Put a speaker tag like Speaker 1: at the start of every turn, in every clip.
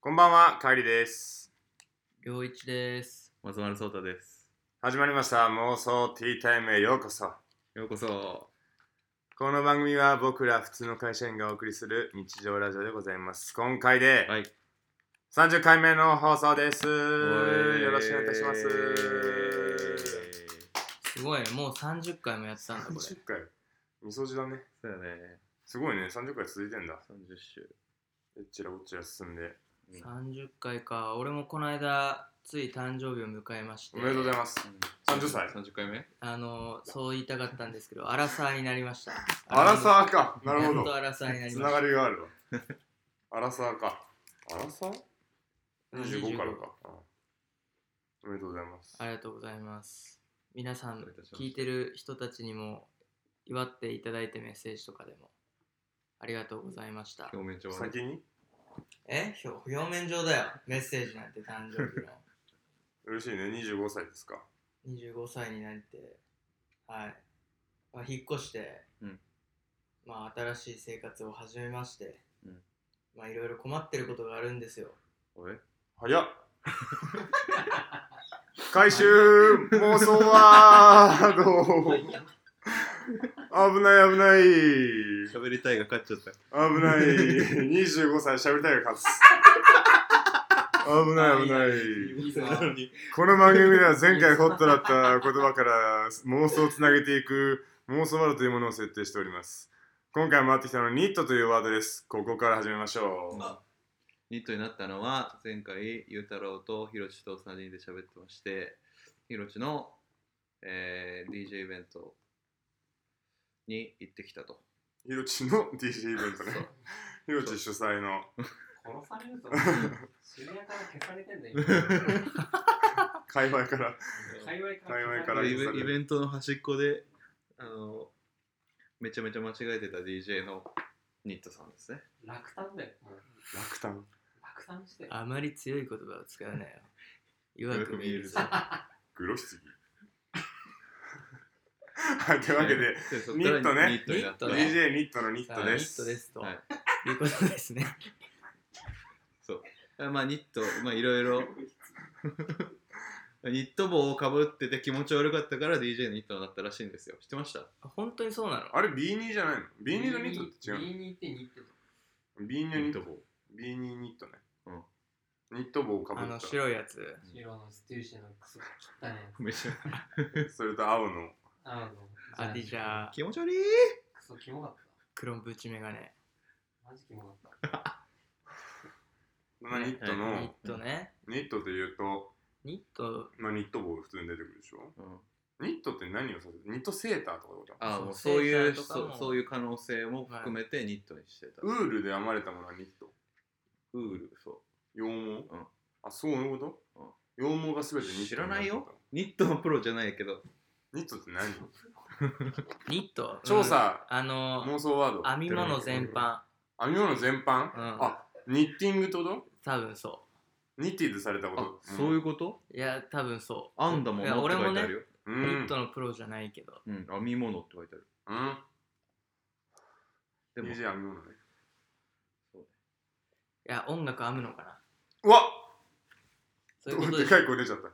Speaker 1: こんばんは、かえりです。
Speaker 2: りょういちです。
Speaker 3: 松丸聡太です。
Speaker 1: 始まりました、妄想ティータイムへようこそ。
Speaker 3: ようこそ。
Speaker 1: この番組は僕ら普通の会社員がお送りする日常ラジオでございます。今回で
Speaker 3: はい。
Speaker 1: 30回目の放送です。よろしくお願いいたしま
Speaker 3: え
Speaker 1: す。
Speaker 3: ー
Speaker 2: すごいね、もう30回もやったんだ、これ。
Speaker 1: 30回。みそじだね。
Speaker 3: そうだね。
Speaker 1: すごいね、30回続いてんだ。
Speaker 3: 三十週。
Speaker 1: えっちらこっちら進んで。
Speaker 3: うん
Speaker 2: 30回か。俺もこの間、つい誕生日を迎えまして。
Speaker 1: おめでとうございます。30歳
Speaker 3: 三十回目。
Speaker 2: あの、そう言いたかったんですけど、アラサーになりました。
Speaker 1: アラサーか。なる
Speaker 2: や
Speaker 1: ほ
Speaker 2: っと
Speaker 1: ど。
Speaker 2: アラサーになり
Speaker 1: つな
Speaker 2: まし
Speaker 1: がりがあるわ。アラサーか。アラサー
Speaker 2: た。
Speaker 1: 25から
Speaker 2: 25
Speaker 1: か。うんおめでとうございます。
Speaker 2: ありがとうございます。皆さん
Speaker 3: お願いいたし、ます
Speaker 2: 聞いてる人たちにも、祝っていただいてメッセージとかでも、ありがとうございました。
Speaker 3: 表面上はね。
Speaker 1: 先に
Speaker 2: え表表面上だよ。メッセージなんて誕生日の。
Speaker 1: 嬉しいね、25歳ですか。
Speaker 2: 25歳になって、はい。まあ、引っ越して、
Speaker 3: うん
Speaker 2: まあ、新しい生活を始めまして、
Speaker 3: うん
Speaker 2: まあ、いろいろ困ってることがあるんですよ。
Speaker 3: おい。
Speaker 1: 早っ 回収妄想ワード危ない危ない
Speaker 3: 喋りたいが勝っちゃった。
Speaker 1: 危ない25歳 しゃべりたいが勝つ危ない危ない
Speaker 2: いぞ
Speaker 3: なのに。
Speaker 1: この番組では前回ホットだった言葉から妄想をつなげていく妄想ワードというものを設定しております今回回ってきたのはニットというワードですここから始めましょう
Speaker 3: ニットになったのは前回ゆうたろうとひろちと三人で喋ってまして、ひろちの、えー、DJ イベントに行ってきたと。
Speaker 1: ひろちの DJ イベントね
Speaker 3: そう
Speaker 1: ひろち主催の
Speaker 4: 殺されるぞ。知り合いから消されてんだよ。今
Speaker 1: 界隈から
Speaker 4: 界隈から
Speaker 1: 界隈から
Speaker 4: 消され
Speaker 3: イ
Speaker 4: てる。
Speaker 3: ベイベントの端っこであのめちゃめちゃ間違えてた DJ のニットさんですね
Speaker 4: 落胆だよ。もう
Speaker 1: 落胆
Speaker 4: 落胆してる。
Speaker 2: あまり強い言葉を使わないよ。弱く見えるぞ。
Speaker 1: グロしすぎはいというわけで
Speaker 3: でそっから
Speaker 1: ニットね
Speaker 3: ニットになった
Speaker 2: ニットね
Speaker 1: DJ ニットのニッ
Speaker 2: さあ
Speaker 1: ト
Speaker 2: ニ
Speaker 1: で
Speaker 2: ッ
Speaker 1: す
Speaker 2: トですと、
Speaker 3: はいい、
Speaker 2: うことですね。
Speaker 3: あまあニットまあいろいろ ニット帽をかぶってて気持ち悪かったから DJ のニットになったらしいんですよ知ってました
Speaker 2: 本当にそうなの
Speaker 1: あれ B2 じゃないの B2 のニットって違うの
Speaker 4: B2 ってニット。
Speaker 1: B2 ニット
Speaker 3: 帽
Speaker 1: B2 ニットねニット帽をかぶ
Speaker 2: あ
Speaker 1: っ
Speaker 2: の
Speaker 1: た
Speaker 2: 白いやつ。
Speaker 4: 白のステューシーのクソ汚いやつ。
Speaker 3: めちゃ
Speaker 1: それと青の
Speaker 4: あの、
Speaker 2: アディジャー、
Speaker 3: 気持ち悪い
Speaker 4: クソキモかっ
Speaker 2: 黒ブチメガネ。
Speaker 4: た。マジキモかった。
Speaker 1: まあニット
Speaker 2: ニ
Speaker 1: の、
Speaker 2: ットね。
Speaker 1: ニットで言うと、
Speaker 2: ニット、
Speaker 1: まあ、ニット帽普通に出てくるでしょ
Speaker 3: うん
Speaker 1: ニットって何を指すニットセーターとかってこと
Speaker 3: あ
Speaker 2: そう
Speaker 3: もうそういう
Speaker 2: セーターとか
Speaker 3: そ
Speaker 2: も
Speaker 3: うそういう可能性も含めてニットにしてた、
Speaker 1: ウールで編まれたものはニット
Speaker 3: ウールそう
Speaker 1: 羊毛、
Speaker 3: ん
Speaker 1: あそういうこと、羊毛が全てニット
Speaker 3: 知らないよ
Speaker 1: にってたの
Speaker 3: ニットのプロじゃないけど
Speaker 1: ニットって何
Speaker 2: ニット。うん
Speaker 1: 調査、
Speaker 2: あの、
Speaker 1: 妄想ワード
Speaker 2: 編み物全般。
Speaker 1: 編み物全般、
Speaker 2: うん
Speaker 1: あニッティングってこと
Speaker 2: 多分そ
Speaker 1: ニッティーズされたこ
Speaker 3: あ
Speaker 1: と
Speaker 3: そういうこと
Speaker 2: う。いや、多分そう。
Speaker 3: 編んだも
Speaker 2: いや
Speaker 3: のっ
Speaker 2: 俺
Speaker 3: て書
Speaker 2: も
Speaker 3: いてあ
Speaker 2: ね
Speaker 3: る、よ。
Speaker 1: う
Speaker 2: ニ
Speaker 1: ん
Speaker 2: ットのプロじゃないけど。
Speaker 3: うん、編み物って書いてある。
Speaker 1: うん
Speaker 3: でも、
Speaker 1: DJ 編み物ね
Speaker 2: いや、音楽編むのかな。
Speaker 1: うわ
Speaker 2: そういうこと
Speaker 1: で
Speaker 2: で
Speaker 1: かい声出ちゃった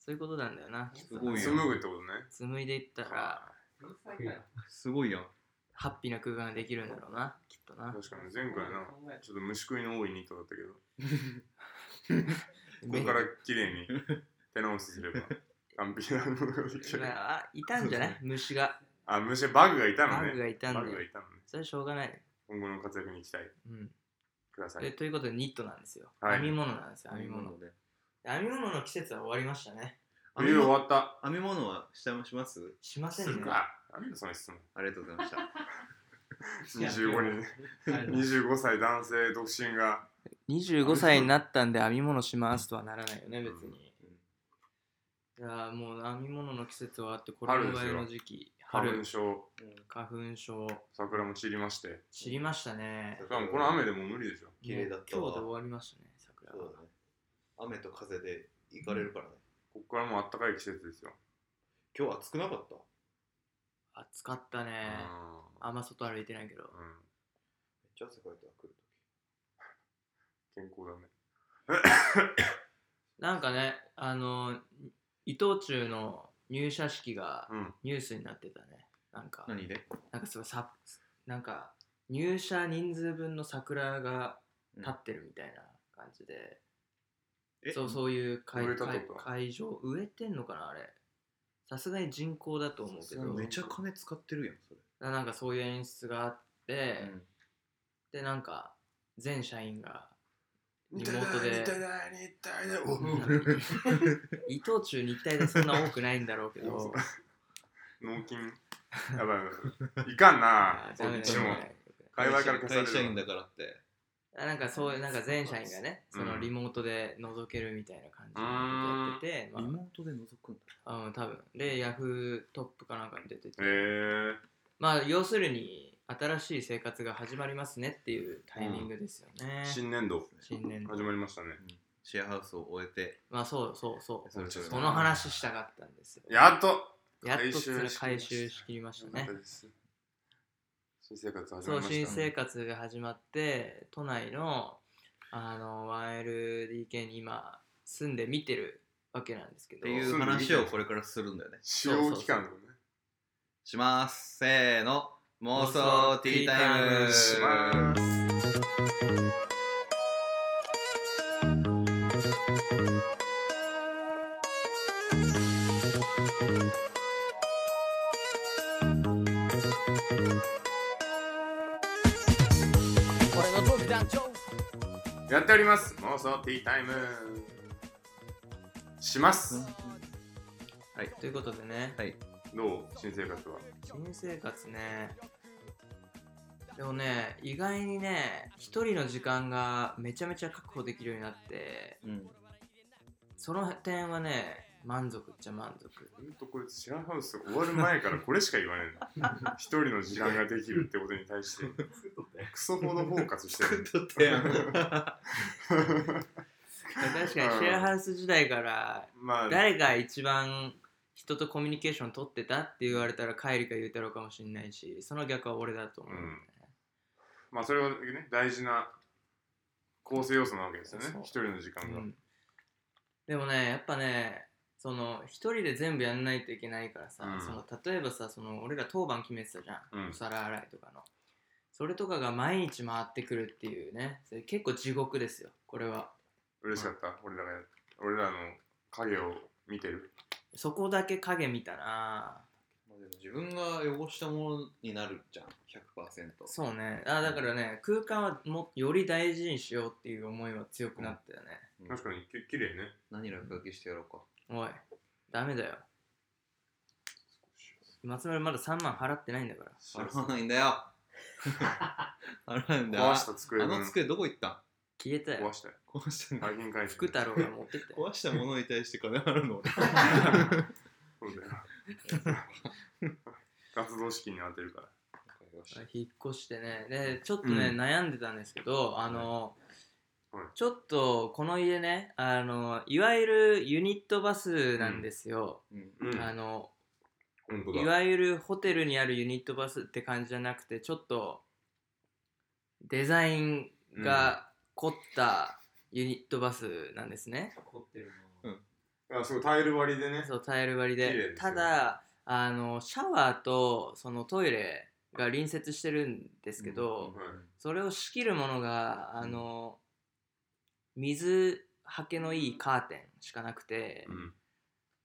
Speaker 2: そういうことなんだよな。
Speaker 3: すごい
Speaker 1: ス
Speaker 3: よ
Speaker 1: ムーグってことね
Speaker 2: 紡いでいったら、
Speaker 4: うるさいから
Speaker 3: すごいやん。
Speaker 2: ハッピーな空間ができるんだろうな、きっとな。
Speaker 1: 確かに前回な
Speaker 4: 考え
Speaker 1: ちょっと虫食いの多いニットだったけどこ
Speaker 2: め
Speaker 1: こから綺麗に手直しす れば完璧なものができる
Speaker 2: まああいたんじゃない虫が。
Speaker 1: あ虫バグがいたの
Speaker 2: バ
Speaker 1: ね
Speaker 2: グがいたんだ
Speaker 1: バグが
Speaker 2: よ。
Speaker 1: いたのね
Speaker 2: それはしょうがない。
Speaker 1: 今後の活躍に期待
Speaker 2: うん、
Speaker 1: くださ
Speaker 2: で
Speaker 1: い
Speaker 2: ということで、ニットなんですよ。
Speaker 1: はい
Speaker 2: 編み物なんですよ、編み物。
Speaker 3: で。
Speaker 2: 編み物の季節は終わりましたね。
Speaker 1: 冬
Speaker 3: 編み
Speaker 1: 終
Speaker 3: 物
Speaker 1: わった
Speaker 3: 編み物は下もします
Speaker 2: しますせんね
Speaker 1: る。かなんだその質問
Speaker 3: ありがとうございました。
Speaker 1: 25人
Speaker 4: た
Speaker 1: 25歳男性独身が
Speaker 2: 25歳になったんで編み物しますとはならないよね、別に。いやーもう編み物の季節はあって、これぐらいの時期、
Speaker 1: 花
Speaker 2: 春
Speaker 1: 粉、症
Speaker 2: うん花粉症、
Speaker 1: 桜も散りまして
Speaker 2: 散りましたね。
Speaker 1: しかもこの雨でもう無理でしょ
Speaker 3: 綺麗だった
Speaker 2: もう
Speaker 3: わ
Speaker 2: 今日で終わりましたね、桜は。
Speaker 3: ね。雨と風で行
Speaker 2: かれる
Speaker 3: からね。
Speaker 1: ここからもう暖かい季節ですよ
Speaker 3: 今日暑くなかっため
Speaker 2: 暑かったね。あんま外歩いてないけど
Speaker 1: う。ん
Speaker 3: っちゃ汗かいた、来る
Speaker 1: 健康だね
Speaker 2: なんかね、あの、伊藤忠の入社式が
Speaker 1: うん
Speaker 2: ニュースになってたね。なんか、
Speaker 3: 何で
Speaker 2: なんかすごいさ、なんか、入社人数分の桜が立ってるみたいな感じで、
Speaker 3: え
Speaker 2: そうそういう会
Speaker 1: 植えたと
Speaker 2: 会
Speaker 1: か
Speaker 2: 会場、植えてんのかな、あれ。さすがに人口だと思うけど、
Speaker 3: めちゃ金使ってるやん、それ。
Speaker 2: なんかそういう演出があって、
Speaker 3: うん
Speaker 2: で、なんか、全社員がリ
Speaker 1: 似た
Speaker 2: モ
Speaker 1: いな
Speaker 2: ートで
Speaker 1: 似たいな似たいなお
Speaker 2: 伊藤忠日体でそんな多くないんだろうけ
Speaker 1: そ
Speaker 2: ど
Speaker 1: う、脳筋やばいやばいいかんな
Speaker 2: あー
Speaker 1: こ
Speaker 2: ダメ
Speaker 1: っ
Speaker 2: だ
Speaker 1: ち
Speaker 2: よ
Speaker 1: も
Speaker 2: ね
Speaker 1: 会話から消されるわ
Speaker 3: 会社員だからって。
Speaker 2: あなんかそういうなんか全社員がね、
Speaker 1: うん
Speaker 2: そのリモートで覗けるみたいな感じのことやってて、
Speaker 3: リ
Speaker 2: ま
Speaker 3: モートで覗くんだ。
Speaker 2: あ、うん、多分でヤフートップかなんかに出てて、
Speaker 1: へえ
Speaker 2: まあ要するに新しい生活が始まりますねっていうタイミングですよね、
Speaker 1: 新年度
Speaker 2: 新年度
Speaker 1: 始まりましたね
Speaker 3: シェアハウスを終えて、
Speaker 2: まあそうそうそう
Speaker 3: それぞれ
Speaker 2: その話したかったんですよ
Speaker 1: やっと
Speaker 2: やっとそれ
Speaker 1: 回
Speaker 2: 回
Speaker 1: 収
Speaker 2: 収
Speaker 1: し
Speaker 2: しきりました
Speaker 1: よか
Speaker 2: ね
Speaker 1: ったです新生活始ま
Speaker 2: そ
Speaker 1: り
Speaker 2: う
Speaker 1: まし
Speaker 2: 新
Speaker 1: た
Speaker 2: 生活が始まって都内のあの 1LDK に今住んで見てるわけなんですけ
Speaker 3: っ
Speaker 2: ど
Speaker 3: ていう話をこれからするんだよね。
Speaker 1: 使用期間のね
Speaker 3: します。せーの。妄想ティータイム。
Speaker 1: しますやっております妄想ティータイムします、
Speaker 2: ということでね、
Speaker 3: はい
Speaker 1: どう新生活は
Speaker 2: 新生活ねでもね意外にね一人の時間がめちゃめちゃ確保できるようになって
Speaker 3: うん。
Speaker 2: その点はね満足っちゃ満足
Speaker 1: ほんとこいつシェアハウス終わる前からこれしか言わねえの 一人の時間ができるってことに対してクソほどフォーカスしてる
Speaker 3: とってやん。
Speaker 2: 確かにシェアハウス時代から
Speaker 1: まあ
Speaker 2: 誰が一番人とコミュニケーション取ってたって言われたら帰りか言うたろうかもしれないしその逆は俺だと思う、
Speaker 1: うんまあそれはね大事な構成要素なわけですよね
Speaker 2: そう
Speaker 1: 一人の時間が、
Speaker 2: うんでもねやっぱねその一人で全部やんないといけないからさ、
Speaker 1: うん
Speaker 2: その例えばさその俺ら当番決めてたじゃん、
Speaker 1: うん
Speaker 2: お皿洗いとかのそれとかが毎日回ってくるっていうねそれ結構地獄ですよこれは
Speaker 1: 嬉しかった、俺らが俺らの影を見てる
Speaker 2: そこだけ影見たな
Speaker 3: まあでも自分が汚したものになるじゃん100%
Speaker 2: そうねあだからね空間はもより大事にしようっていう思いは強くなったよね、
Speaker 3: うん
Speaker 1: 確かにき綺麗ね
Speaker 3: 何落書きしてやろうか
Speaker 2: おいダメだよ松村まだ3万払ってないんだから
Speaker 3: 払わないんだよ払わないんだよ
Speaker 1: 壊し
Speaker 3: あ
Speaker 1: た机分
Speaker 3: の机どこ行ったん
Speaker 2: 消えたよ
Speaker 1: 壊したよ
Speaker 3: 壊したんだ
Speaker 1: 大変回
Speaker 2: 福
Speaker 1: 復
Speaker 2: 太郎が持っ てったよ
Speaker 3: 壊したものに対して金払うの俺
Speaker 1: そうだよ活動資金に当てるから
Speaker 2: 引っ越してねでちょっとね、
Speaker 1: うん
Speaker 2: 悩んでたんですけどあの、
Speaker 1: はい
Speaker 2: ちょっとこの家ねあのいわゆるユニットバスなんですよ、
Speaker 3: う
Speaker 1: う
Speaker 3: ん
Speaker 1: ん
Speaker 2: あの
Speaker 1: 本当
Speaker 2: い
Speaker 1: だ
Speaker 2: わゆるホテルにあるユニットバスって感じじゃなくてちょっとデザインが凝ったユニットバスなんですね、
Speaker 4: 凝ってる
Speaker 3: うん
Speaker 4: な
Speaker 1: あそうタイル割りでね
Speaker 2: そうタイル割り
Speaker 1: 綺麗
Speaker 2: で
Speaker 1: ですよ
Speaker 2: ただあのシャワーとそのトイレが隣接してるんですけど、
Speaker 1: うんはい
Speaker 2: それを仕切るものがあの、水はけのいいカーテンしかなくて、
Speaker 1: うん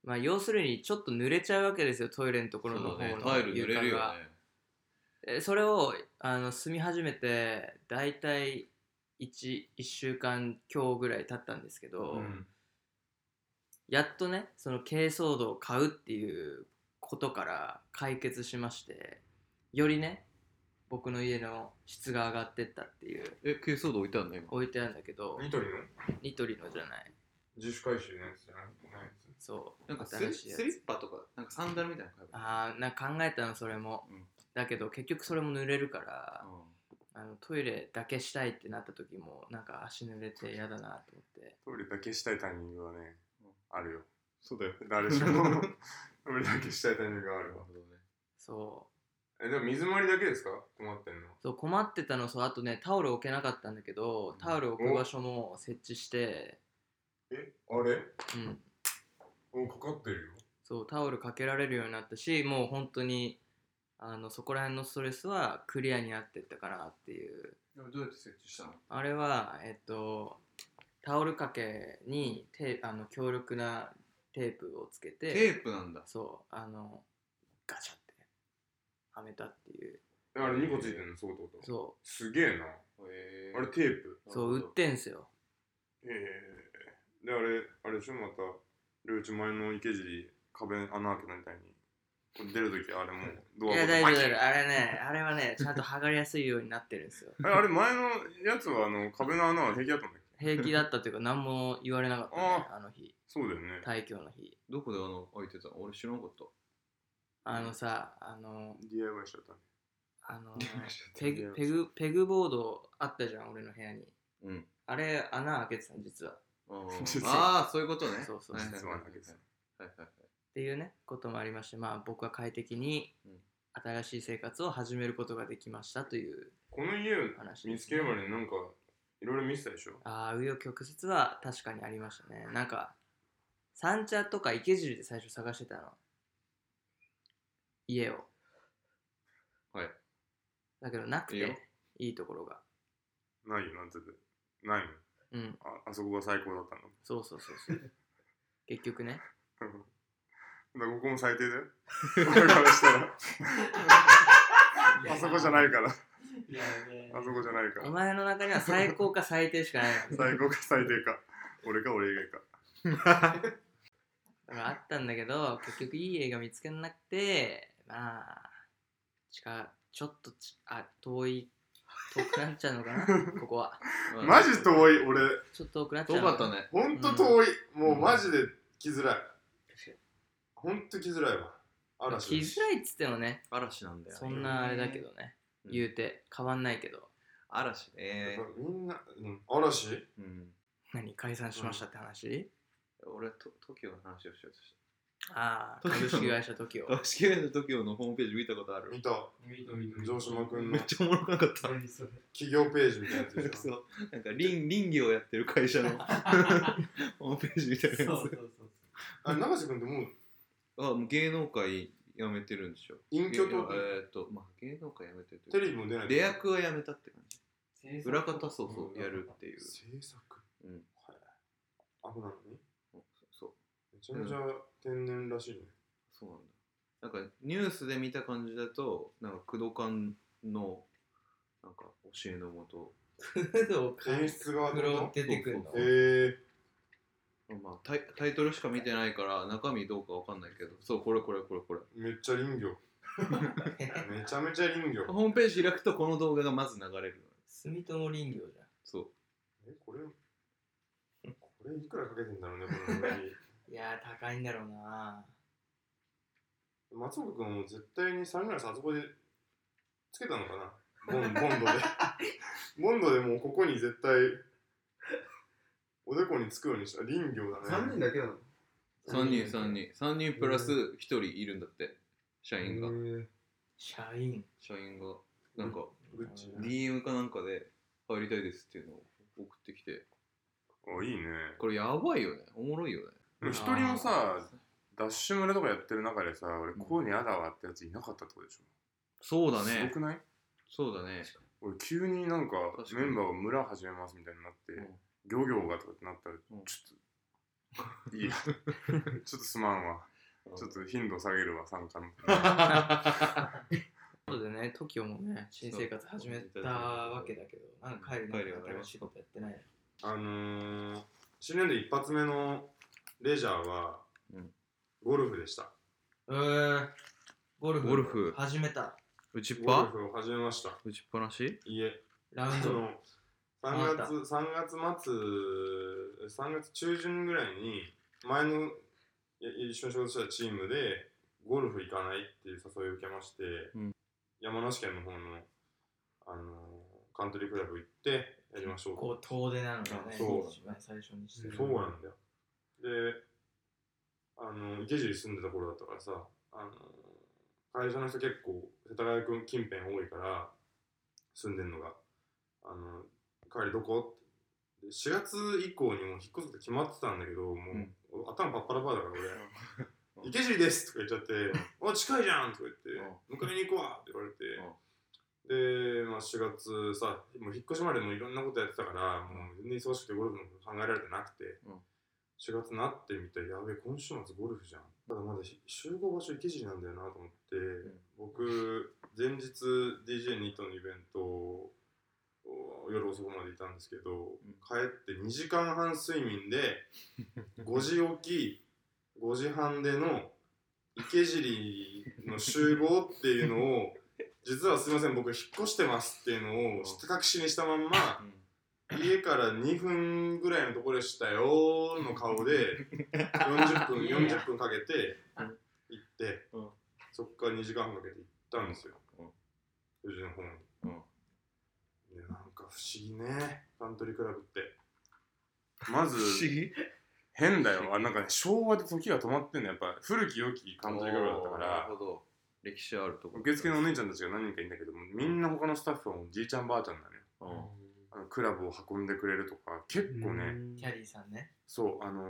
Speaker 2: まあ、要するにちょっと濡れちゃうわけですよトイレのところの
Speaker 3: そう
Speaker 2: 方
Speaker 3: だね
Speaker 2: の
Speaker 3: タイル濡れる
Speaker 2: 床
Speaker 3: よ
Speaker 2: が
Speaker 3: ね
Speaker 2: えそれをあの住み始めて大体 1, 1週間強ぐらい経ったんですけど、
Speaker 1: うん
Speaker 2: やっとねその珪藻土を買うっていうことから解決しましてよりね僕の家の質が上がってったっていう
Speaker 3: え軽装度置いたんだ今
Speaker 2: 置いてあるんだけど
Speaker 1: ニトリの
Speaker 2: ニトリのじゃない
Speaker 1: 自主回収のやつじゃなくてないやつ
Speaker 2: そう
Speaker 3: なんかス
Speaker 2: 新
Speaker 3: リ
Speaker 2: しいや
Speaker 3: スリッ
Speaker 2: つ
Speaker 3: パとかなんかサンダルみたいなの買えばいい
Speaker 2: ああなんか考えたのそれも、
Speaker 3: うん
Speaker 2: だけど結局それも濡れるから
Speaker 3: うん
Speaker 2: あのトイレだけしたいってなった時もなんか足濡れて嫌だなと思って
Speaker 1: トイレだけしたいタイミングはね
Speaker 3: うん
Speaker 1: あるよ
Speaker 3: そうだよ
Speaker 1: 誰しもトイレだけしたいタイミングがあ
Speaker 3: な
Speaker 1: る
Speaker 3: る
Speaker 1: わ
Speaker 3: ほどね
Speaker 2: そ
Speaker 1: え、でも水回りだけですか困ってんの。
Speaker 2: そう困ってたのそうあとねタオル置けなかったんだけどタオル置く場所も設置して、
Speaker 1: え、あれ
Speaker 2: うん、
Speaker 1: お、かかってるよ。
Speaker 2: そうタオルかけられるようになったしもう本当にあのそこら辺のストレスはクリアになってったかなっていう
Speaker 3: でもどうやって設置したの
Speaker 2: あれはえっとタオルかけにテーあの強力なテープをつけて
Speaker 3: テープなんだ。
Speaker 2: そうあのガチャってはめたっていう
Speaker 1: えあれ2個ついてんのそうってこと
Speaker 2: そ
Speaker 1: すげえな。
Speaker 3: へ
Speaker 1: あれテープ。
Speaker 2: うそう売っ。てんすよ
Speaker 1: ええで、あれ、あれでしょまた、領地前の池尻、壁穴開けたみたいに。これ出るとき、あれもう、ド
Speaker 2: い
Speaker 1: ア
Speaker 2: や
Speaker 1: ごと
Speaker 2: 大丈夫
Speaker 1: バ
Speaker 2: 大
Speaker 1: キ
Speaker 2: 丈
Speaker 1: ッ
Speaker 2: 夫あれねあれはねちゃんと剥がれやすいようになってるんで すよ
Speaker 1: えあれ、前のやつは、あの、壁の穴は平気だったんだっけ
Speaker 2: 平気だったというか何も言われなかったねあの日
Speaker 1: そうだよね。
Speaker 2: 大教の日
Speaker 3: どこであの開いてたの俺知らな かった。
Speaker 2: あのさあの
Speaker 1: DIY しちゃったね。
Speaker 2: あのペ
Speaker 1: 大
Speaker 2: グ
Speaker 1: 丈夫
Speaker 2: ペグペグボードあったじゃん俺の部屋に
Speaker 3: うん。
Speaker 2: あれ穴開けてたの実はっ
Speaker 3: あ ー
Speaker 1: 実は
Speaker 3: あー、そういうことね。
Speaker 2: そうそう
Speaker 3: はいはいはい
Speaker 1: 実はなんです
Speaker 3: はいはいはい。
Speaker 2: ていうねこともありましてまあ僕は快適に
Speaker 3: うん
Speaker 2: 新しい生活を始めることができましたという
Speaker 1: この家を
Speaker 2: 話ですね
Speaker 1: 見つけるまでになんか、いろいろ見せたでしょ
Speaker 2: ああ紆余曲折は確かにありましたねなんか三茶とか池尻で最初探してたの家を
Speaker 3: はい
Speaker 2: だけどなく
Speaker 3: いいよ
Speaker 2: ていいところが
Speaker 1: ないよ、なんてて。ないの
Speaker 2: うん
Speaker 1: ああそこが最高だったの。
Speaker 2: そうそうそうそう結局ね
Speaker 1: うんだからここも最低だよ。俺からしたら。あそこじゃないから。あ
Speaker 4: いやね
Speaker 1: そこじゃないか
Speaker 2: お
Speaker 1: ら。
Speaker 2: 前の中には最高か最低しかない の
Speaker 1: 最高か最低か。俺か俺以外か。
Speaker 2: だからあったんだけど結局いい映画見つけなくてまあ近ちょっとちあ遠い遠くなっちゃうのかなここは
Speaker 3: まあ
Speaker 1: マジ遠い、俺。
Speaker 2: ちょっと遠くなっちゃう
Speaker 3: 遠
Speaker 2: の
Speaker 3: かったね。
Speaker 1: ほんと遠い。もうマジで来づらい
Speaker 2: かに。
Speaker 1: ほんと来づらいわ。嵐
Speaker 2: 気
Speaker 1: だし
Speaker 2: づらいっつってもね
Speaker 3: 嵐なんだよね。
Speaker 2: そんなあれだけどね、
Speaker 3: うん
Speaker 2: 言うて変わんないけど
Speaker 3: 嵐
Speaker 1: やっ
Speaker 3: ね
Speaker 1: ぱ。みんな、うん、嵐
Speaker 3: うん。
Speaker 2: 何解散しましたって話、
Speaker 3: 俺はと TOKIO の話をしようとし
Speaker 2: ああ
Speaker 3: 東京
Speaker 2: 株式会社 TOKIO
Speaker 3: た。式会社 TOKIO のホームページ見たことある
Speaker 1: 見た。
Speaker 4: 見と見と
Speaker 1: 城島君
Speaker 3: め
Speaker 1: の
Speaker 3: っちゃおもろくなかった。
Speaker 4: 何それ
Speaker 1: 企業ページみたいなやつでし
Speaker 3: そ
Speaker 1: ょ。
Speaker 3: う。なんか林林業やってる会 社のホームページみた
Speaker 4: そ
Speaker 3: いうなや
Speaker 4: そう
Speaker 3: つ。
Speaker 4: そう
Speaker 1: あ、永瀬君ってもう
Speaker 3: あ、もう芸能界辞めてるんでしょ。
Speaker 1: 隠居
Speaker 3: いや
Speaker 1: と
Speaker 3: えーっと、まあ芸能界辞めてるという
Speaker 1: テ
Speaker 3: か
Speaker 1: レビも出ない。
Speaker 3: 出役は辞めたって感じ。
Speaker 4: 制作
Speaker 3: 裏方そうそうやるっていう。
Speaker 1: 制作。
Speaker 3: うん。
Speaker 1: はい。アホなのに
Speaker 3: そう。
Speaker 1: めちゃめちゃ天然らしいね。
Speaker 3: そうなんだ。なんかニュースで見た感じだと、なんか工藤館のなんか教えのもと、
Speaker 2: 工藤
Speaker 1: 演出側って
Speaker 2: プ
Speaker 1: こ
Speaker 2: ロ
Speaker 1: と
Speaker 2: 出てくるの
Speaker 3: そう
Speaker 1: え
Speaker 3: そう
Speaker 1: ー、
Speaker 3: まあタイタイトルしか見てないから中身どうかわかんないけど、そうこれこれこれこれ。
Speaker 1: めっちゃ林業。めちゃめちゃ林 業。
Speaker 3: ホームページ開くとこの動画がまず流れるの。
Speaker 2: 住友林業じ
Speaker 3: そう。
Speaker 1: え、これ、これいくらかけてんだろうね、この上に。
Speaker 2: ゃんいやー高いんだろうな
Speaker 1: 松岡君はもう絶対にサングラスあそこでつけたのかな。ボンボンドで。ボンドでもうここに絶対、おでこにつくようにした。林業だね。
Speaker 4: 3人だけなの
Speaker 3: 三人三人三人プラス一人いるんだって社員が
Speaker 1: えー
Speaker 2: 社員
Speaker 3: 社員がなんか
Speaker 1: グッチ。
Speaker 3: DM かなんかで入りたいですっていうのを送ってきて
Speaker 1: あ、いいね。
Speaker 3: これやばいよねおもろいよね
Speaker 1: でも一人もさ、ダッシュ村とかやってる中でさ、俺こういうの嫌だわってやついなかったってことでしょ。
Speaker 3: そうだ
Speaker 1: すご
Speaker 3: ね
Speaker 1: くない
Speaker 3: そうだね
Speaker 1: 俺急になんか
Speaker 3: 確か
Speaker 1: メ
Speaker 3: に
Speaker 1: ンバーを村始めますみたいになって、
Speaker 3: うん
Speaker 1: 漁業がとかってなったらち
Speaker 3: う
Speaker 1: ょ
Speaker 3: ん
Speaker 1: っと、いいや ちょっとすまんわちょっと頻度下げるわ参加の
Speaker 2: ということでね TOKIO もね新生活始めたわけだけどなんか帰る
Speaker 3: 帰るよ
Speaker 2: の
Speaker 3: ね
Speaker 2: 新しいことやってない
Speaker 1: あのー、新年度一発目のレジャーは、
Speaker 3: うん
Speaker 1: ゴルフでした
Speaker 2: えー、ゴルフ
Speaker 3: ゴルフ
Speaker 2: 始めた
Speaker 3: 打ちっ
Speaker 1: ゴル
Speaker 3: ぱ
Speaker 1: フを始めました
Speaker 3: 打ちっぱなし
Speaker 1: いいえ
Speaker 2: ラウン
Speaker 1: そ
Speaker 2: ド
Speaker 1: の3月3月末3月中旬ぐらいに前のや一緒に仕事したチームでゴルフ行かないっていう誘いを受けまして、
Speaker 3: うん
Speaker 1: 山梨県の方の、あのーカントリークラブ行ってやりましょう
Speaker 2: こう遠出なのがね
Speaker 1: そう
Speaker 2: 一番最初にして
Speaker 1: と
Speaker 2: る
Speaker 1: そうなんだよであの池尻住んでた頃だったからさ、あのー会社の人結構世田谷区近辺多いから住んでんのが「あの帰りどこ?」ってで4月以降にもう引っ越すって決まってたんだけどもう、
Speaker 3: ん
Speaker 1: 頭パッパラパーだから
Speaker 3: うん
Speaker 1: 俺「池尻です」とか言っちゃって「あ近いじゃん」とか言って「迎えに行こうわ」って言われてで、まあ、4月さもう引っ越しまでもいろんなことやってたからもう全然忙しくてゴルフのこと考えられてなくて、
Speaker 3: うん
Speaker 1: 4月になってみてやべえ今週末ゴルフじゃんただまだひ集合場所池尻なんだよなと思って、
Speaker 3: ん
Speaker 1: 僕前日 DJ ニットのイベントを夜遅くまでいたんですけど、
Speaker 3: ん
Speaker 1: 帰って2時間半睡眠で5時起き5時 半での池尻の集合っていうのを実はすいません僕引っ越してますっていうのをひた隠しにしたまんま
Speaker 3: うん
Speaker 1: 家から2分ぐらいのところでしたよーの顔で40分40分かけて行って
Speaker 3: うん
Speaker 1: そっから2時間半かけて行ったんですよ
Speaker 3: うん
Speaker 1: 富士の方に
Speaker 3: うん
Speaker 1: いやなんか不思議ねカントリークラブってまず
Speaker 3: 不思議
Speaker 1: 変だよあなんかね昭和で時が止まってんのやっぱ古き良きカントリークラブだったか
Speaker 3: な
Speaker 1: ら
Speaker 3: るほど歴史あるとこ
Speaker 1: 受付のお姉ちゃんたちが何人かいるんだけどもみんな他のスタッフはもうじいちゃんばあちゃんだね
Speaker 3: うん
Speaker 1: あのクラブを運んでくれるとか結構ね、
Speaker 2: キャリーさんね。
Speaker 1: そうあの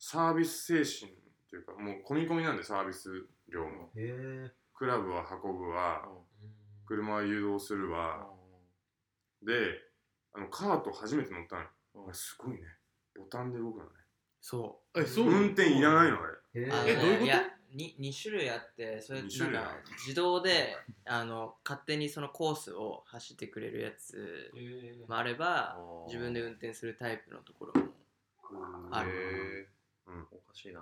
Speaker 1: サービス精神というかもう込み込みなんでサービス量も、
Speaker 3: うん
Speaker 4: へえ。
Speaker 1: クラブは運ぶ
Speaker 3: う
Speaker 1: は
Speaker 3: ん
Speaker 1: 車は誘導するは、であのカート初めて乗ったのよ
Speaker 3: うん
Speaker 1: あれすごいねボタンで動くのね
Speaker 2: そ
Speaker 3: えそ
Speaker 1: 運転いらないのあれ
Speaker 4: へ
Speaker 2: う。
Speaker 4: え
Speaker 2: あの
Speaker 3: え
Speaker 2: ね
Speaker 3: どういうこと
Speaker 2: やに二種類あって、それなん
Speaker 1: 二種類あ
Speaker 2: か
Speaker 1: る
Speaker 2: 自動であの勝手にそのコースを走ってくれるやつもあれば、自分で運転するタイプのところも。あ
Speaker 3: へ
Speaker 1: る
Speaker 3: え
Speaker 1: うん
Speaker 3: おかしいな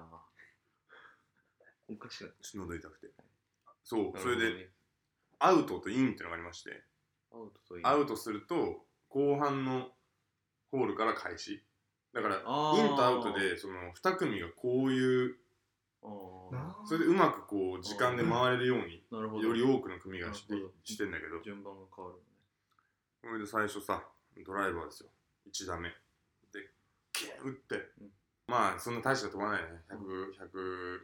Speaker 3: おかしいな
Speaker 1: ちょっと喉痛くてそうそれ
Speaker 3: なるほど
Speaker 1: で
Speaker 3: ね
Speaker 1: アウトとインっていうのがありまして
Speaker 3: アウトといい
Speaker 1: アウトすると後半のホールから開始だからイン
Speaker 3: あー
Speaker 1: とアウトでその2組がこういう
Speaker 3: ああ
Speaker 1: それでうまくこう時間で回れるように
Speaker 3: なるほど
Speaker 1: より多くの組がして
Speaker 3: なるほど
Speaker 1: してんだけど
Speaker 3: 順番が変わる
Speaker 1: それで最初さドライバーですよ1打目でキュン打って、
Speaker 3: うん
Speaker 1: まあそんな大して飛ばないね100 100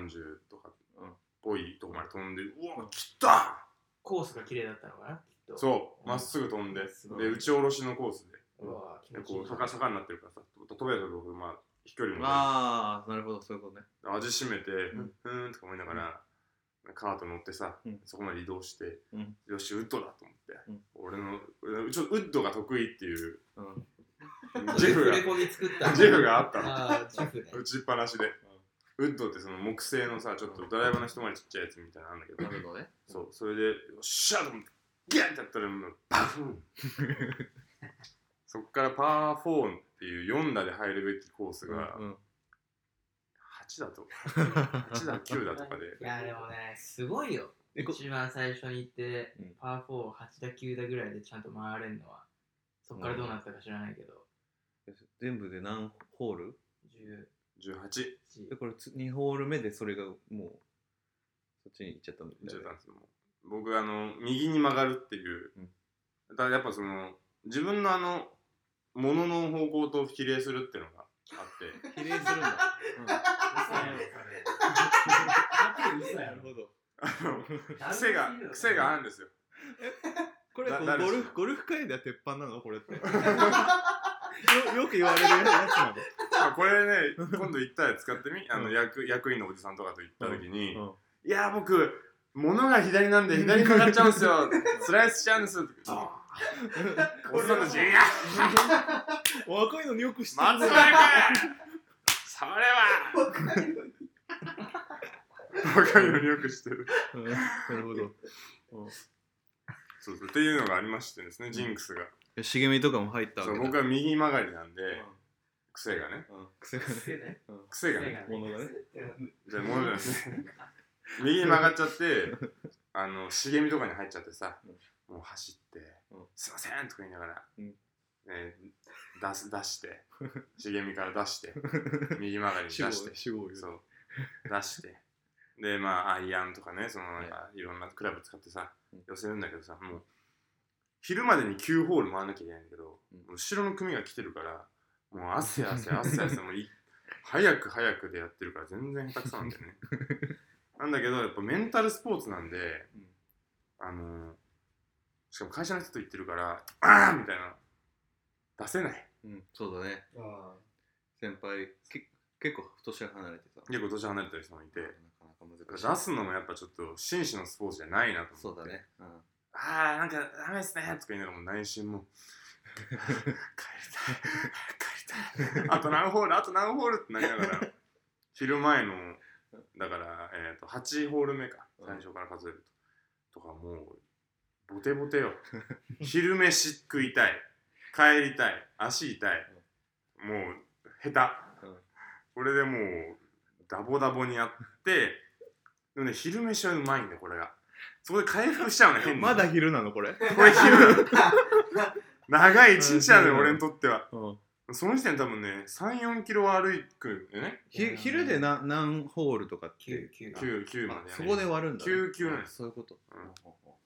Speaker 1: 何十とかっ
Speaker 3: うん
Speaker 1: ぽいとこまで飛んでうわ来た
Speaker 2: コースが綺麗だったのかな。きっと
Speaker 1: そうまっすぐ飛んで
Speaker 2: すごい
Speaker 1: で打ち下ろしのコースで
Speaker 2: うわ気
Speaker 1: で
Speaker 2: 持ちいい
Speaker 1: こう坂坂になってるからさ飛べたとこまあ飛距離
Speaker 3: ね
Speaker 1: もね
Speaker 3: ああなるほどそういうことね
Speaker 1: 味しめて
Speaker 3: ん
Speaker 1: ふーんとか思いながらカート乗ってさ
Speaker 3: うん
Speaker 1: そこまで移動して
Speaker 3: うん
Speaker 1: よしウッドだと思って
Speaker 3: うん
Speaker 1: 俺のうちょウッドが得意って いう
Speaker 3: うん
Speaker 1: ジェフが
Speaker 2: 触れ込み作った。
Speaker 1: ジェフがあったの
Speaker 2: ああ、ジェフね。
Speaker 1: 打ちっぱなしで、ウッドってその木製のさちょっとドライバーの一回りちっちゃいやつみたいなのあんだけど
Speaker 3: なるほどね
Speaker 1: そうそれでよっしゃーと思ってギャンってやったらもうバフ ンそっからパー4っていう4打で入るべきコースが
Speaker 3: うん
Speaker 1: 8だと8だ9だとかで
Speaker 2: いや、でもね、すごいよ。
Speaker 3: えこ
Speaker 2: 一番最初に行って
Speaker 3: うん、
Speaker 2: パー4、8打、9打ぐらいでちゃんと回れるのは、そっからどうなったか知らないけど、
Speaker 3: 全部で何ホール
Speaker 1: 18いっ
Speaker 3: で
Speaker 2: 11、
Speaker 3: これつ2ホール目でそれがもうそっちに行っちゃったんだよね
Speaker 1: ちゃったんですよもう僕あの右に曲がるっていう
Speaker 3: うん
Speaker 1: だからやっぱその自分のあのものの方向と比例するっていうのがあって
Speaker 3: 比例するんだ、うん、なるほど
Speaker 1: あの 癖が癖があるん ですよ
Speaker 3: これ
Speaker 1: な
Speaker 3: こう
Speaker 1: なる
Speaker 3: ゴ
Speaker 1: でしょ
Speaker 3: ルフゴルフ界では鉄板なのこれってよ よく言われるやつな
Speaker 1: まあこれね、今度行ったら使ってみ、あの役役員のおじさんとかと行った時に、
Speaker 3: の、
Speaker 1: いやー僕、物が左なんで左に曲がっちゃうんです よ、スライスしちゃうんですよ、ドーン おじさんたち、いや、
Speaker 3: うん、若いのによく知って
Speaker 1: 松
Speaker 3: ね
Speaker 1: 丸君、それは若いのによくしてる。
Speaker 3: うんなるほど、うん
Speaker 1: そうそう、っていうのがありましてですね、ジンクスが。
Speaker 3: え、茂みとかも入ったわ
Speaker 1: そ
Speaker 3: け
Speaker 1: う
Speaker 3: だ
Speaker 1: 僕は右曲がりなんで、
Speaker 3: う
Speaker 1: 癖がね、
Speaker 3: ん、うん、癖がね
Speaker 4: 癖ね
Speaker 3: うん
Speaker 1: 癖がね、
Speaker 3: ものがね
Speaker 1: じゃあ、もうじゃないです ね。右に曲がっちゃって、あの茂みとかに入っちゃってさ、もう走って、
Speaker 3: うん
Speaker 1: すいませんとか言いながら、
Speaker 3: うん
Speaker 1: ね、出す出して茂みから出 して右曲がりに出
Speaker 3: 主語
Speaker 1: して
Speaker 3: 主語を言う
Speaker 1: そう出して でまあアイアンとかねその、
Speaker 3: はい
Speaker 1: い、ろんなクラブ使ってさ
Speaker 3: うん
Speaker 1: 寄せるんだけどさもう昼までに9ホール回らなきゃいけないんだけど、
Speaker 3: う
Speaker 1: 後ろの組が来てるからもう汗 汗汗汗もうい早く早くでやってるから全然下手くそなんだよねなんだけど、やっぱメンタルスポーツなんで、
Speaker 3: うん
Speaker 1: あのーしかも会社の人と言ってるから、 あーみたいな、出せない。
Speaker 3: うん、そうだね。
Speaker 4: あ
Speaker 3: 先輩、け結構年が離れてさ。
Speaker 1: 結構年離れてる人もいて
Speaker 3: な、かなか難しい。
Speaker 1: 出すのもやっぱちょっと紳士のスポーツじゃないなと思って。
Speaker 3: そうだね。うん。
Speaker 1: あーなんかダメですねとか言いながらもう内心も帰りたい帰りたいあと何ホールあと何ホールってなりながら昼前のだから、えー、と8ホール目か
Speaker 3: うん
Speaker 1: 最初から数えると、とかもうボテボテよ昼飯食いたい帰りたい足痛いもう下手、
Speaker 3: うん
Speaker 1: これでもうダボダボにやってでもね昼飯はうまいんだよこれがそこで回復しちゃうね変に
Speaker 3: 昼なのこれ。
Speaker 1: これ昼 長い一日なのよ、
Speaker 3: うん
Speaker 1: 俺にとっては。
Speaker 3: うん。
Speaker 1: その時点で多分ね、3、4キロ歩くんだよね。
Speaker 3: ひ昼でな何ホールとかっていう
Speaker 2: 9、。9、
Speaker 1: 9、9まで、
Speaker 3: あ
Speaker 1: ね。
Speaker 3: そこで
Speaker 1: で
Speaker 3: 割るんだ、
Speaker 1: 九九なん
Speaker 3: ね。
Speaker 1: です
Speaker 3: そういうこと。
Speaker 1: うん
Speaker 3: ほうほ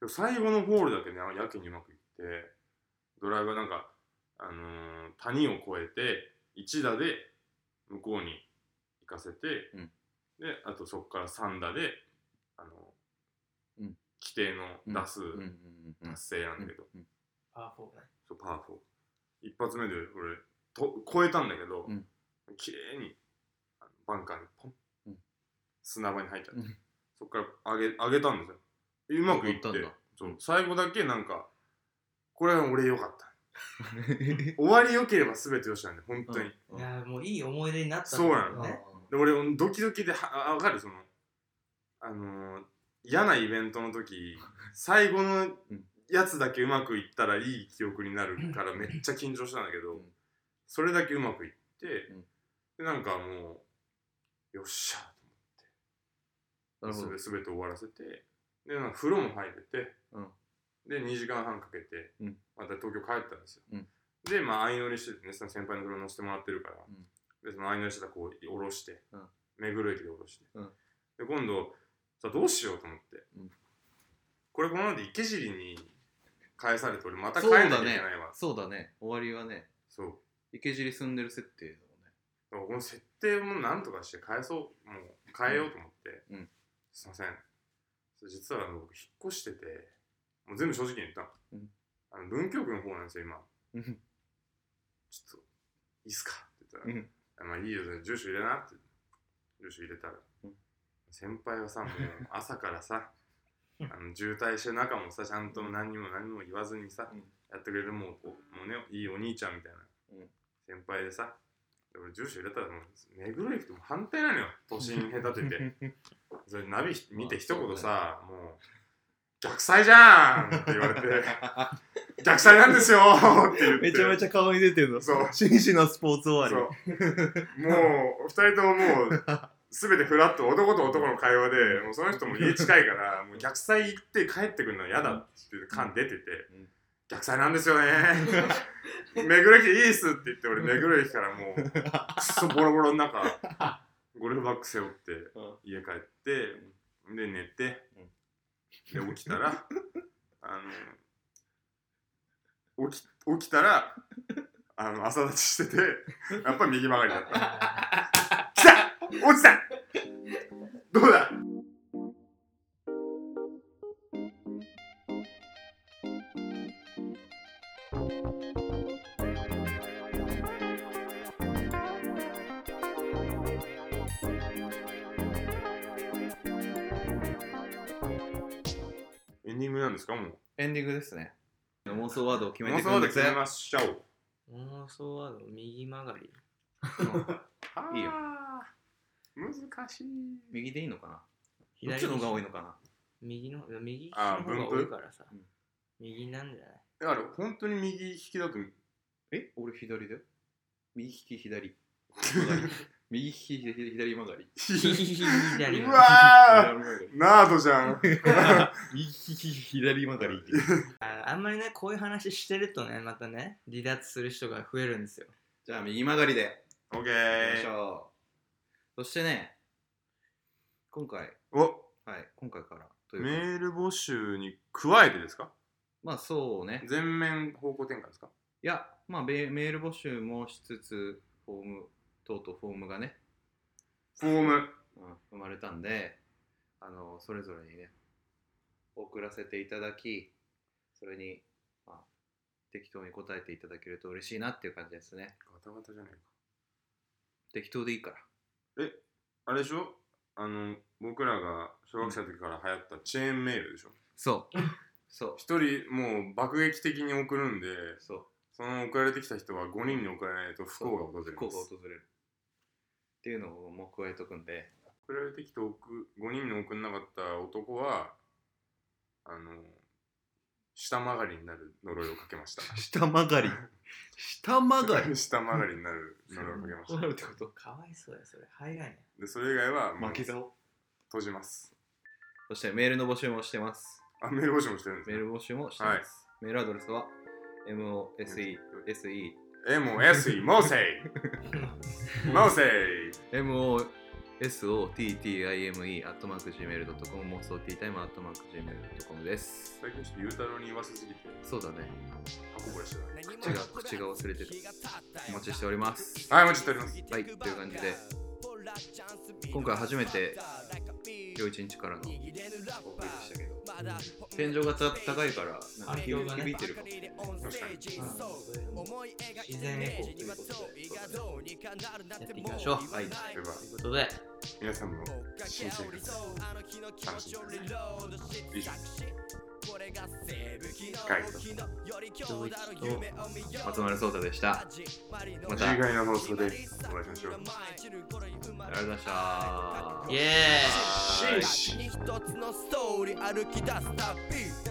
Speaker 1: も最後のホールだけね、やけにうまくいって、ドライバーなんか、あのー谷を越えて、1打で向こうに行かせて、
Speaker 3: うん
Speaker 1: で、あとそこから3打で、あの
Speaker 3: うん
Speaker 1: 規定の出す
Speaker 3: ううんうんうんうん。
Speaker 1: 達成なんだけど、
Speaker 3: うん
Speaker 4: あ、そうね。
Speaker 1: そうパー4一発目で俺と超えたんだけど、
Speaker 3: うん
Speaker 1: 綺麗にあのバンカーにポン、
Speaker 3: うん
Speaker 1: 砂場に入っちゃって、
Speaker 3: うん
Speaker 1: そっから上げ上げたんですようまくいって
Speaker 3: 上がったん
Speaker 1: そう
Speaker 3: だ
Speaker 1: 最後だけなんかこれは俺良かった終わり良ければ全て良しなんで本当に、で
Speaker 2: いやーもういい思い出になった
Speaker 1: そうな
Speaker 4: あ
Speaker 1: の
Speaker 2: ね。
Speaker 1: 俺ドキドキではあ分かるそのあのー嫌なイベントの 時最後の
Speaker 3: うん
Speaker 1: やつだけうまくいったらいい記憶になるからめっちゃ緊張したんだけど、
Speaker 3: うん
Speaker 1: それだけうまくいって、
Speaker 3: ん
Speaker 1: でなんかもうよっしゃ
Speaker 3: なるほど。
Speaker 1: すべて終わらせてでなんか風呂も入れて、
Speaker 3: うん
Speaker 1: で2時間半かけて、
Speaker 3: うん
Speaker 1: また東京帰ったんですよ、
Speaker 3: うん
Speaker 1: でまあ相乗りしててねその先輩の車乗せてもらってるから、
Speaker 3: うん
Speaker 1: でその相乗りしてた子を降ろして、
Speaker 3: うん
Speaker 1: 目黒駅で降ろして、
Speaker 3: うん
Speaker 1: で今度さあどうしようと思って、
Speaker 3: うん
Speaker 1: これこのままで池尻に返されて俺また帰
Speaker 3: そうだ
Speaker 1: んな
Speaker 3: ね
Speaker 1: きゃいけないわ
Speaker 3: そうだね。終わりはね、
Speaker 1: そう,、
Speaker 3: 池尻住んでる設定だもんね。
Speaker 1: だからこの設定もなんとかして返そうもう変えようと思って、
Speaker 3: うん
Speaker 1: すいません実はあの僕引っ越しててもう全部正直に言ったの,、
Speaker 3: うん
Speaker 1: あの文京区の方なんですよ今
Speaker 3: うん
Speaker 1: ちょっといいっすかって言ったら、
Speaker 3: う
Speaker 1: あ
Speaker 3: ん
Speaker 1: まあいいよ住所入れなって住所入れたら、
Speaker 3: うん
Speaker 1: 先輩はさもう朝からさあの渋滞して中もさちゃんと何にも何も言わずにさ、
Speaker 3: うん
Speaker 1: やってくれるもうこうもうねいいお兄ちゃんみたいな、
Speaker 3: うん
Speaker 1: 先輩でさで俺住所入れたらもう目黒駅とも反対なのよ都心隔ててそれナビ見て一言さ、もう「逆サイじゃん!」って言われて 「逆サイなんですよ!」って言って
Speaker 3: ちゃ顔に出てるの
Speaker 1: そう
Speaker 3: 紳士のスポーツ終
Speaker 1: そうもう二人とももう全てフラット男と男の会 話でもうその人も家近いからもう逆サイ行って帰ってくるのは嫌だっていう感出てて
Speaker 3: うん
Speaker 1: 「逆サイなんですよね」「目黒駅でいいっす」って言って俺目黒駅から もうくっそボロボロの中ゴルフバッグ背負って家帰ってで寝てで起きたらあの起き起きたらあの朝立ちしててやっぱ右曲がりだった。来た落ちたどうだエンディングなんですかもう。
Speaker 3: エンディングですね。妄想ワードを決め
Speaker 1: も
Speaker 3: て
Speaker 1: う
Speaker 3: いく
Speaker 1: そうんで
Speaker 3: で
Speaker 1: 決
Speaker 3: す
Speaker 1: めましょう。
Speaker 2: 妄想ワード、右曲がり。
Speaker 3: いいよ
Speaker 1: あー。難しい。
Speaker 3: 右でいいのかなどっちの方が多いのかな
Speaker 2: 右の、いや右利きの
Speaker 1: あ
Speaker 2: 方が
Speaker 1: 分
Speaker 2: 多
Speaker 1: 布
Speaker 2: いからさ
Speaker 3: うん。
Speaker 2: 右なんじゃ ない
Speaker 1: だから本当に右利きだと
Speaker 3: え俺左だよ。右利き左。曲 がり右利き左左曲がり。
Speaker 2: 左
Speaker 1: う
Speaker 2: の
Speaker 1: わ
Speaker 3: 左 曲がり
Speaker 1: ーナードじゃん。
Speaker 3: 右利き左曲がり。
Speaker 2: ああんまりね、こういう話してるとね、またね、離脱する人が増えるんですよ。
Speaker 3: じゃあ右曲がりで。
Speaker 1: オッケ
Speaker 3: 行きまし
Speaker 1: ー。
Speaker 3: ょう。そしてね、今回、はい、
Speaker 1: お
Speaker 3: 今回からという
Speaker 1: メ
Speaker 3: か、
Speaker 1: ール募集に加えてですか
Speaker 3: まあそうね、
Speaker 1: 全面方向転換ですか
Speaker 3: いや、まあメメール募集もしつつ、フォーム、とうとうフォームがね、
Speaker 1: フォーム。
Speaker 3: うん、生まれたんで、あのそれぞれにね送らせていただきそれに、まあ、適当に答えていただけると嬉しいなっていう感じですね
Speaker 1: ガタガタじゃないか。
Speaker 3: 適当でいいから
Speaker 1: あれでしょあの、僕らが小学生の時から流行ったチェーンメールでしょ。
Speaker 3: そうそう
Speaker 1: 一人もう爆撃的に送るんで、
Speaker 3: そう
Speaker 1: その送られてきた人は5人に送らないと不幸が訪れ
Speaker 3: 不幸
Speaker 1: ま
Speaker 3: が
Speaker 1: す。
Speaker 3: 訪れるっていうのをもう加えとくんで
Speaker 1: 送られてきて送5人に送んなかった男は、あの、下曲がりになる呪いをかけました。
Speaker 3: 下曲 がり下曲
Speaker 1: 下曲がりになる呪いをかけました。
Speaker 3: なるってこと
Speaker 2: かわいそうやそれ入らんや
Speaker 1: で、それ以外はもう
Speaker 3: 巻き
Speaker 1: 閉
Speaker 3: 竿
Speaker 1: じます。
Speaker 3: そしてメールの募集もしてます
Speaker 1: あ、メール募集もしてるんです
Speaker 3: メ
Speaker 1: ね
Speaker 3: ール募集もしてます、メールアドレスは MOSE
Speaker 1: MSE モーセ イモーセイ
Speaker 3: MOSOTTIME アットマーク Gmail.com 妄想ティータイムアットマーク Gmail.com です
Speaker 1: 最近ちょっとゆうたろうに言わせすぎて、
Speaker 3: そうだね
Speaker 1: あこぼれしてない。
Speaker 3: 口が口が忘れてるお待ちしております
Speaker 1: はい、お待ちしております。
Speaker 3: はいという感じで今回初めて今日一日からのお送りでしたけど天井が高いからなんか
Speaker 2: 環境がね
Speaker 3: 響いてるかも
Speaker 1: 確かに。
Speaker 2: な、そういうのも自然エコということでやっていきましょう
Speaker 3: はい
Speaker 1: では、
Speaker 2: ということで
Speaker 1: 皆さんも新生活、楽しんでください。以上。ガイド。
Speaker 2: 上一と
Speaker 3: 松丸聡太でしたまたあ
Speaker 1: 次
Speaker 3: りがと
Speaker 1: 回の放送でお会いしましょう。
Speaker 3: うございました
Speaker 2: イエーイ
Speaker 1: シン
Speaker 5: 一つのストーリー歩き出す旅